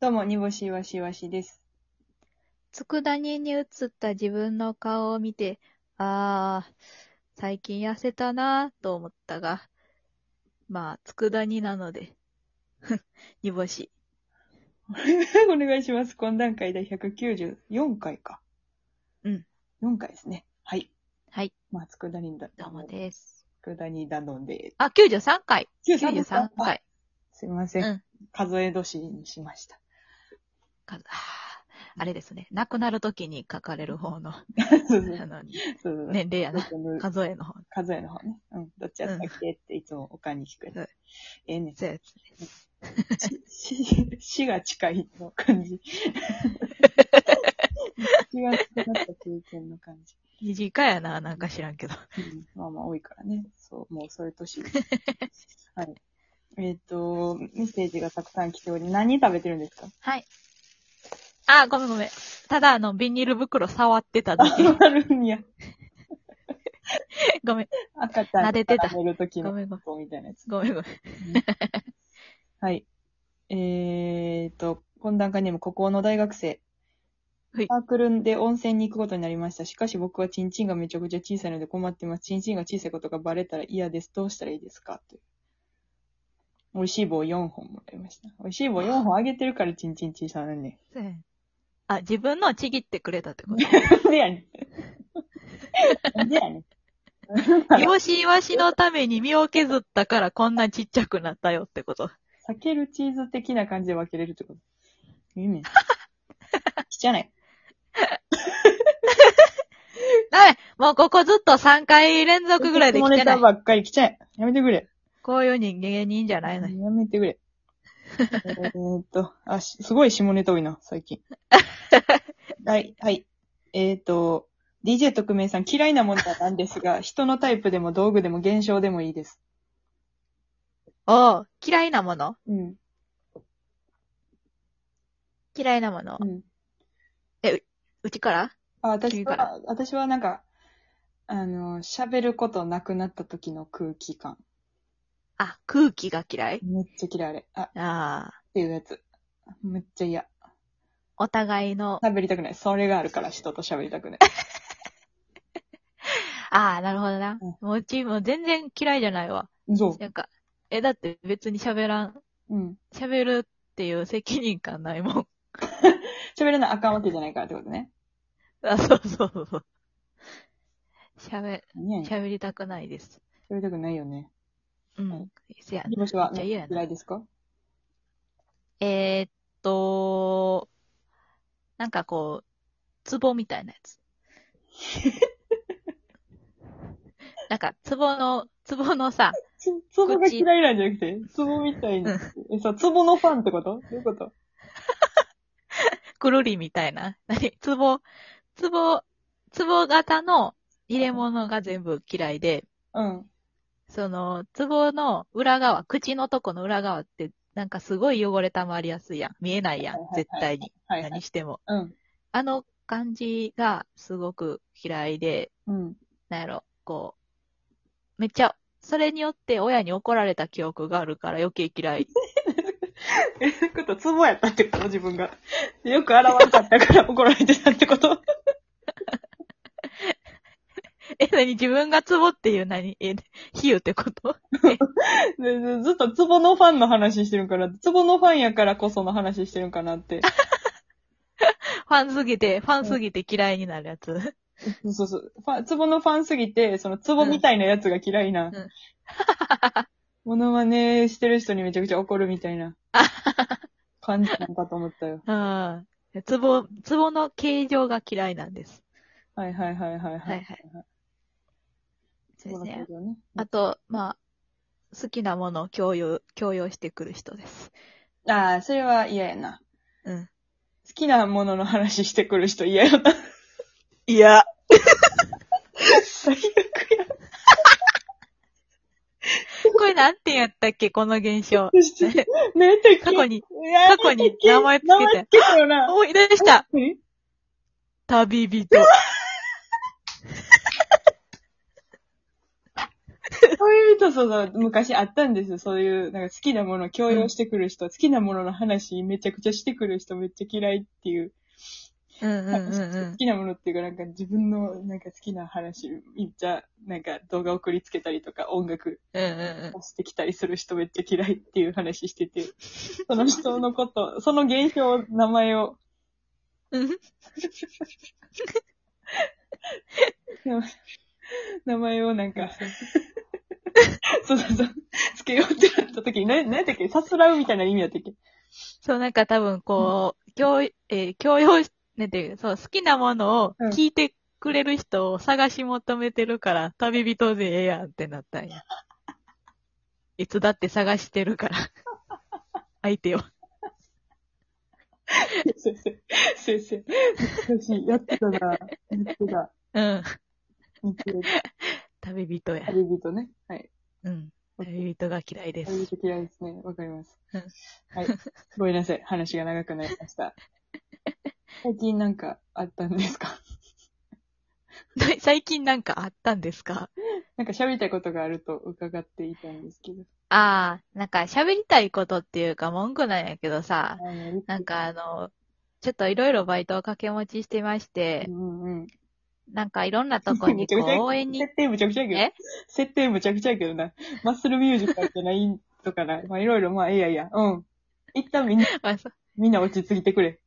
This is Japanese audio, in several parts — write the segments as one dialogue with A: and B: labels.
A: どうも、にぼしいわしわしです。
B: 佃煮に映った自分の顔を見て、ああ、最近痩せたなぁと思ったが、まあ、佃煮なので、 ふん煮干し。
A: お願いします。懇談会第194回か。
B: うん。
A: 4回ですね。はい。
B: はい、
A: まあ、つくだにだ、
B: どうもです。
A: つくだにだので。
B: あ、93回
A: 93ですか
B: !93 回。
A: すいませ。
B: うんん。
A: 数え年にしま した。
B: かあーあれですね。亡くなるときに書かれる方の、あ
A: そうそう
B: の、
A: そう。
B: 年齢やな。
A: 数
B: 数えの方。
A: 数えの方ね。うん。どっちやったっけっていつもおかんに聞くやつ
B: はい。
A: ええね。
B: そうやつね。
A: し、死が近いの感 じ。 死が近かった経験の感じ。
B: 短やな、なんか知らんけど。
A: うんまあまあ多いからね。そう、もうそういう 年。はい。えっ、と、メッセージがたくさん来ており、何食べてるんですか
B: はい。あー、ごめんごめん。ただ、あの、ビニール袋触って ただけ。
A: あるんや。
B: ごめん、
A: 赤ちゃん
B: 撫でてた
A: 食べる時
B: ご
A: の
B: めんごめん。
A: 子みたいなやつ。
B: ごめんごめん。
A: はい。えっ、と、懇談会にも孤高の大学生。
B: はい
A: サークルで温泉に行くことになりました。しかし僕はチンチンがめちゃくちゃ小さいので困っています。チンチンが小さいことがバレたら嫌です。どうしたらいいですかという。美味しい棒4本もらいました。美味しい棒4本あげてるからチンチン小さなのね。
B: そうやねあ、自分のをちぎってくれたってこと
A: なんでやねん。なんでやねん。
B: イワシイワシのために身を削ったからこんなちっちゃくなったよってこと。
A: 避けるチーズ的な感じで分けれるってこと。いい ね。汚い。
B: だいもうここずっと3回連続ぐらいで来
A: 下
B: て
A: ネ
B: な
A: タ
B: い。
A: ばっかり来ちゃえ。やめてくれ。
B: こういう人間人じゃないのに。
A: やめてく れ。えーっと、あ、しすごい下ネタ多いな、最 近。はい、はい。えーっと、DJ 特命さん、嫌いなものはなんです が、人のタイプでも道具でも現象でもいいです。
B: おう、嫌いなもの
A: うん。
B: 嫌いなもの
A: う。ん。
B: うちから
A: あ、私
B: 君か
A: は、私はなんか、あの、喋ることなくなった時の空気感。
B: あ、空気が嫌い
A: めっちゃ嫌い、あれ。あ、っ
B: ああ、
A: ていうやつ。めっちゃ嫌。
B: お互いの、
A: 喋りたくない。それがあるから人と喋りたく ない。
B: ああ、なるほどな
A: う。
B: もううちもう全然嫌いじゃないわ。
A: そ
B: なんか、え、だって別に喋らん、
A: う。うん。
B: 喋るっていう責任感ないもん。
A: 喋らなあかんわけじゃないからってことね。
B: あ、そうそうそう。喋、
A: 何やねん。
B: 喋りたくないです。
A: 喋りたくないよね。
B: うん。せや
A: 煮干しは、
B: じゃあ嫌やな
A: 嫌いですか
B: えーっと、なんかこう、壺みたいなや つ。なんか、壺の、壺のさ、
A: つ、ツボが嫌いなんじゃなくて、ツボみたいな。え、さ、ツボのファンってことどういうこと
B: くるりみたいな。何壺、壺、壺型の入れ物が全部嫌いで、
A: うん。
B: その、壺の裏側、口のとこの裏側って、なんかすごい汚れたまりやすいやん。見えないや
A: はい
B: ん
A: はいは、い
B: 絶対に。
A: はい、はい。
B: 何しても。
A: うん。
B: あの感じがすごく嫌いで、
A: うん。
B: なんやろ、こう、めっちゃ、それによって親に怒られた記憶があるから余計嫌い。
A: え、そういうこと、ツボやったってこと自分が。よく現れちゃったから 怒られてたってこと
B: え、何自分がツボっていう何え、比喩ってこと
A: でずずっとツボのファンの話してるから、ツボのファンやからこその話してるんかなって。
B: ファンすぎて、ファンすぎて嫌いになるやつ。
A: そうそうそう。ファンツボのファンすぎて、そのツボみたいなやつが嫌いな。
B: んうん
A: モノマネしてる人にめちゃくちゃ怒るみたい な感じなんかと思ったよ。
B: うん。ツボ、ツボの形状が嫌いなんです。
A: はいはいはいはいは
B: はい
A: い。
B: はい。
A: ツボの形状ね。
B: あと、まあ、好きなものを共有、共有してくる人です。
A: ああ、それは嫌やな。
B: うん。
A: 好きなものの話してくる人嫌 やな。
B: いや。
A: 最悪や。
B: これなんてやったっけこの現象。
A: 何やったっけ
B: 過去に、
A: 過
B: 過去に名前つけて
A: 名前つけたよ な。
B: 思い出した
A: 何
B: 旅人。
A: 恋人との昔あったんですよ。そういう、なんか好きなものを強要してくる人、好きなものの話めちゃくちゃしてくる人めっちゃ嫌いっていう。
B: うんうんうん
A: 好きなものっていうか、なんか自分のなんか好きな話、めっちゃ、なんか動画送りつけたりとか、音楽
B: うん。うんうん
A: をしてきたりする人めっちゃ嫌いっていう話してて、その人の こと、その現象、名前を、
B: うん。うん
A: 名前をなんか、そうそうそう、つけようってなった時に、な、なんやったっけさすらうみたいな意味やったっけ
B: そう、なんか多分こう、教、えー教養し、なんていう、そう、好きなものを
A: うん
B: 聞いてくれる人を探し求めてるから、旅人でええやんってなったんや。いつだって探してる から。相手を。
A: 先生、先生、私、やってたな、やってた、
B: うん。
A: 見てる
B: 旅人や。
A: 旅人ね。はい。
B: うん。旅人が嫌いで
A: そういう
B: す。
A: 時嫌いですね。わかります
B: うん。
A: はい。ごめんなさい。話が長くなりました。最近なんかあったんですか
B: 最近なんかあったんですか
A: なんか喋りたいことがあると伺っていたんですけど。
B: ああ、なんか喋りたいことっていうか文句なんやけどさ、
A: あの
B: なんかあ、の、ちょっといろいろバイトを掛け持ちしてまして
A: う、んうん。
B: なんかいろんなとこに
A: めちゃ
B: こ
A: く
B: う
A: ちゃ
B: 応援に、
A: 設定むちゃくちゃやけど。
B: え
A: 設定むちゃくちゃやけどな。マッスルミュージックじゃないとかな。まあいろいろ、まあええやいや。うん。一旦みんな、
B: まあ、そ
A: みんな落ち着いてくれ。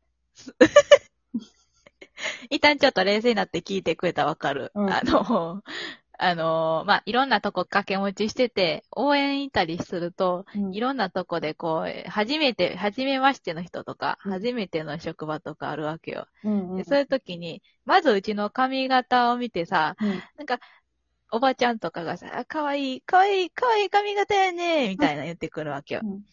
B: 一旦ちょっと冷静になって聞いてくれたらわかる。
A: うん
B: あの、 あの、まあ、いろんなとこ掛け持ちしてて、応援行ったりすると、
A: うん
B: いろんなとこでこう、初めて、初めましての人とか、
A: うん
B: 初めての職場とかあるわけよ。
A: うんうん
B: でそういう時に、まずうちの髪型を見てさ、
A: うん
B: なんか、おばちゃんとかがさ、あ、かわいい、かわいい、かわいい髪型やねみたいな言ってくるわけよ。
A: うん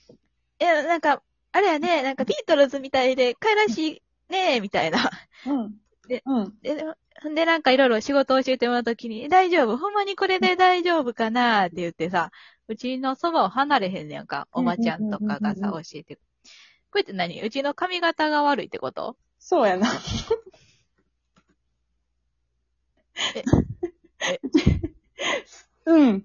B: え、なんか、あれやね、なんかビートルズみたいで、かいらしいねみたいな。
A: うん。
B: で
A: うん。
B: で、ほんでなんかいろいろ仕事を教えてもらうときに、え大丈夫ほんまにこれで大丈夫かなって言ってさ、うちのそばを離れへんねやんか、おばちゃんとかが
A: うんうんうん
B: さ
A: うん、
B: 教えて。これって何うちの髪型が悪いってこと
A: そうやな。
B: え
A: うん。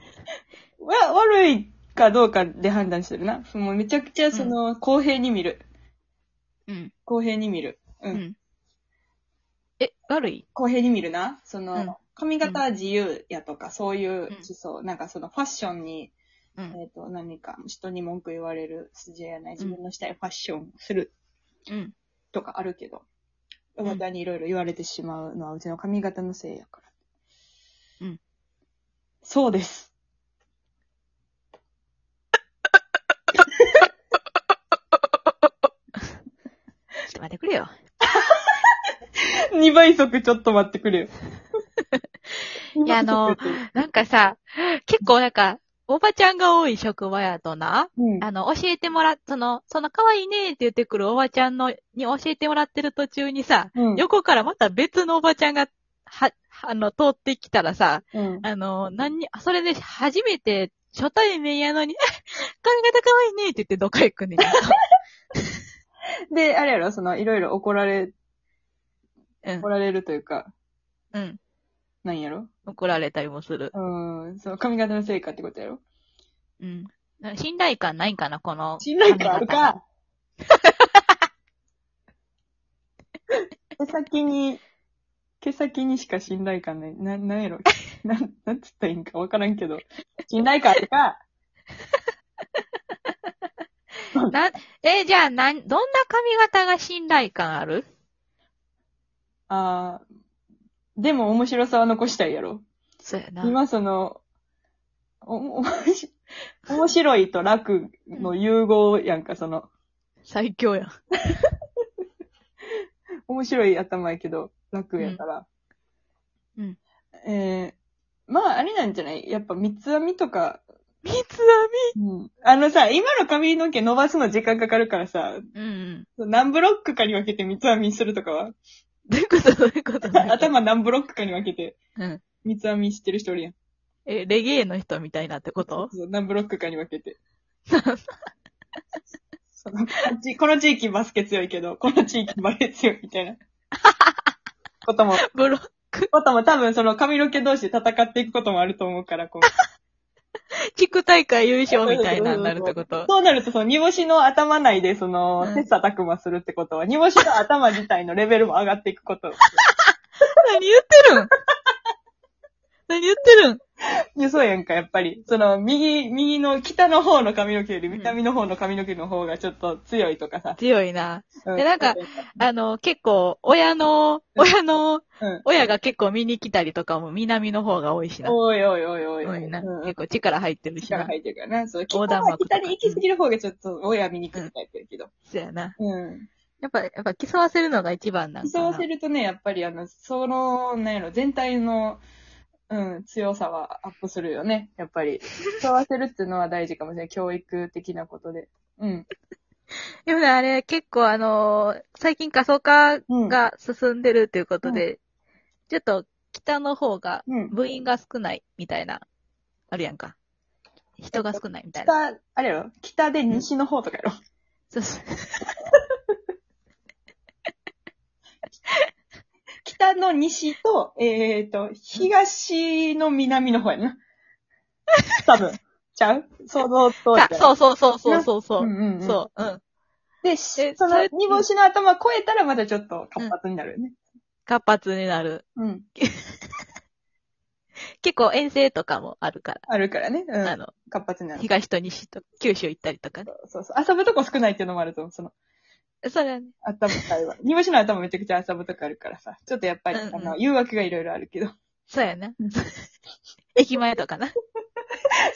A: わ、悪いかどうかで判断してるな。もうめちゃくちゃその、公平に見る。
B: うん。
A: 公平に見る。う。
B: うんん。え、悪い
A: 公平に見るな。その、
B: うん
A: 髪型は自由やとか、そういう思想、なんかそのファッションに、
B: うん。
A: えっ、と、何か人に文句言われる筋合いやない、自分のしたいファッションをする
B: うん。
A: とかあるけど、お
B: ん
A: ばたにいろいろ言われてしまうのはうちの髪型のせいやから。
B: うん。
A: そうです。
B: ちょっと待ってくれよ。
A: 2倍速ちょっと待ってくれよ。
B: いやあ のなんかさ、結構なんか、おばちゃんが多い職場やとな、
A: うん、
B: あの、教えてもら、その、その可愛いねって言ってくるおばちゃんの、に教えてもらってる途中にさ、
A: うん、
B: 横からまた別のおばちゃんが、は、あの、通ってきたらさ、
A: うん、
B: あの、何に、それで初めて初対面やのに、髪型可愛いねって言ってどっか行くねん。
A: で、あれやろ、その、いろいろ怒られ、
B: うん
A: 怒られるというか、
B: うん。
A: なんやろ
B: 怒られたりもする。
A: うん、その髪型のせいかってことやろ
B: うん。信頼感ないんかな、この。
A: 信頼感あるか 毛先に、毛先にしか信頼感ない。な、なんやろなん、なんつったらいいんかわからんけど。信頼感あるか
B: な、え、じゃあ、なん、どんな髪型が信頼感ある
A: あーでも面白さは残したいやろ。
B: そうやな。
A: 今その、お、おもし、面白いと楽の融合やんか、その、
B: 最強やん。
A: 面白い頭やけど、楽やから。
B: うん
A: えー、まあ、あれなんじゃないやっぱ三つ編みとか、
B: 三つ
A: うん。あのさ、今の髪の毛伸ばすの時間かかるからさ、
B: 編みうんうん。
A: 何ブロックかに分けて三つ編みするとかは、
B: どういうことどういうこと
A: 頭何ブロックかに分けて
B: うん。
A: 三つ編みしてる人おるやん。
B: え、レゲエの人みたいなってこと
A: そう何ブロックかに分け て。そのこの地この地 域バスケ強いけど、この地域バレー強いみたいな。ことも
B: ブロッく。
A: ことも多分その髪の毛同士で戦っていくこともあると思うから、こう。
B: 地区大会優勝みたいなになるってこと。
A: そうなると、その煮干しの頭内で、その
B: う、ん
A: 切磋琢磨するってことは、煮干しの頭自体のレベルも上がっていくこと。
B: 何言ってるん何言ってるん
A: いや、そうやんか、やっぱり。その、右、右の北の方の髪の毛より
B: うん
A: 南の方の髪の毛の方がちょっと強いとかさ。
B: 強いな。
A: う
B: でなんか、あの、結構、親の、親の、
A: うん
B: 親が結構見に来たりとかも南の方が多いしな。
A: おいおいおいおいお
B: 多
A: い。
B: いな。
A: うん
B: 結構力入ってるし
A: 力
B: な。
A: 入ってるからな。そう、
B: 横
A: 北
B: 断
A: は
B: 幕とか
A: 北に行き過ぎる方がちょっと、親見にくいタイプやけど。
B: そうやな。
A: うん。
B: やっぱ、やっぱ競わせるのが一番なんか
A: 競
B: な。
A: わせるとね、やっぱりあの、その、なんやろ、全体の、うん、強さはアップするよね。やっ ぱり。競わせるっていうのは大事かもしれない。教育的なことで。うん。
B: でもね、あれ結構あのー最近過疎化
A: うん。
B: が進んでるということで、ちょっと北の方が
A: うん。
B: 部員が少ないみたいな、あるやんか。人が少ないみたいな。
A: 北、あれやろ北で西の方とかや ろ。
B: そうそう
A: 北の西と、えっ、と、東の南の方や な。多分。ちゃう想像通り
B: あ
A: だよ。
B: そうそうそうそうそうそうう。
A: んうんうん、
B: そう、うん。
A: で、
B: え
A: しそ
B: そ
A: の
B: れ
A: 煮干しの頭超えたらまたちょっと活発になるよね。
B: 活発になる。
A: うん。
B: 結構遠征とかもあるから。
A: あるからね。う
B: あ
A: ん。
B: の、
A: 活発になる。
B: 東と西と九州行ったりとかね。
A: そうそう。遊ぶとこ少ないっていうのもあると思う。その、
B: そうだね。
A: 頭会 は。煮干しの頭めちゃくちゃ遊ぶとこあるからさ。ちょっとやっぱり、
B: うんうん
A: あの、誘惑がいろいろあるけど。
B: そうやな。 駅前とかな。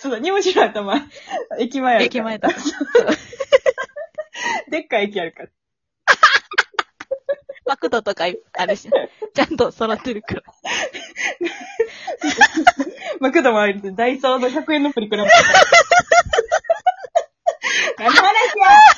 A: そうだ、煮干しの頭、 駅前ある
B: 駅
A: から。
B: 前とか。
A: でっかい駅あるから。
B: マクドとかあるし、ちゃんと揃ってるから。
A: マクドもあるしダイソーの100円のプリクラもある。何の話や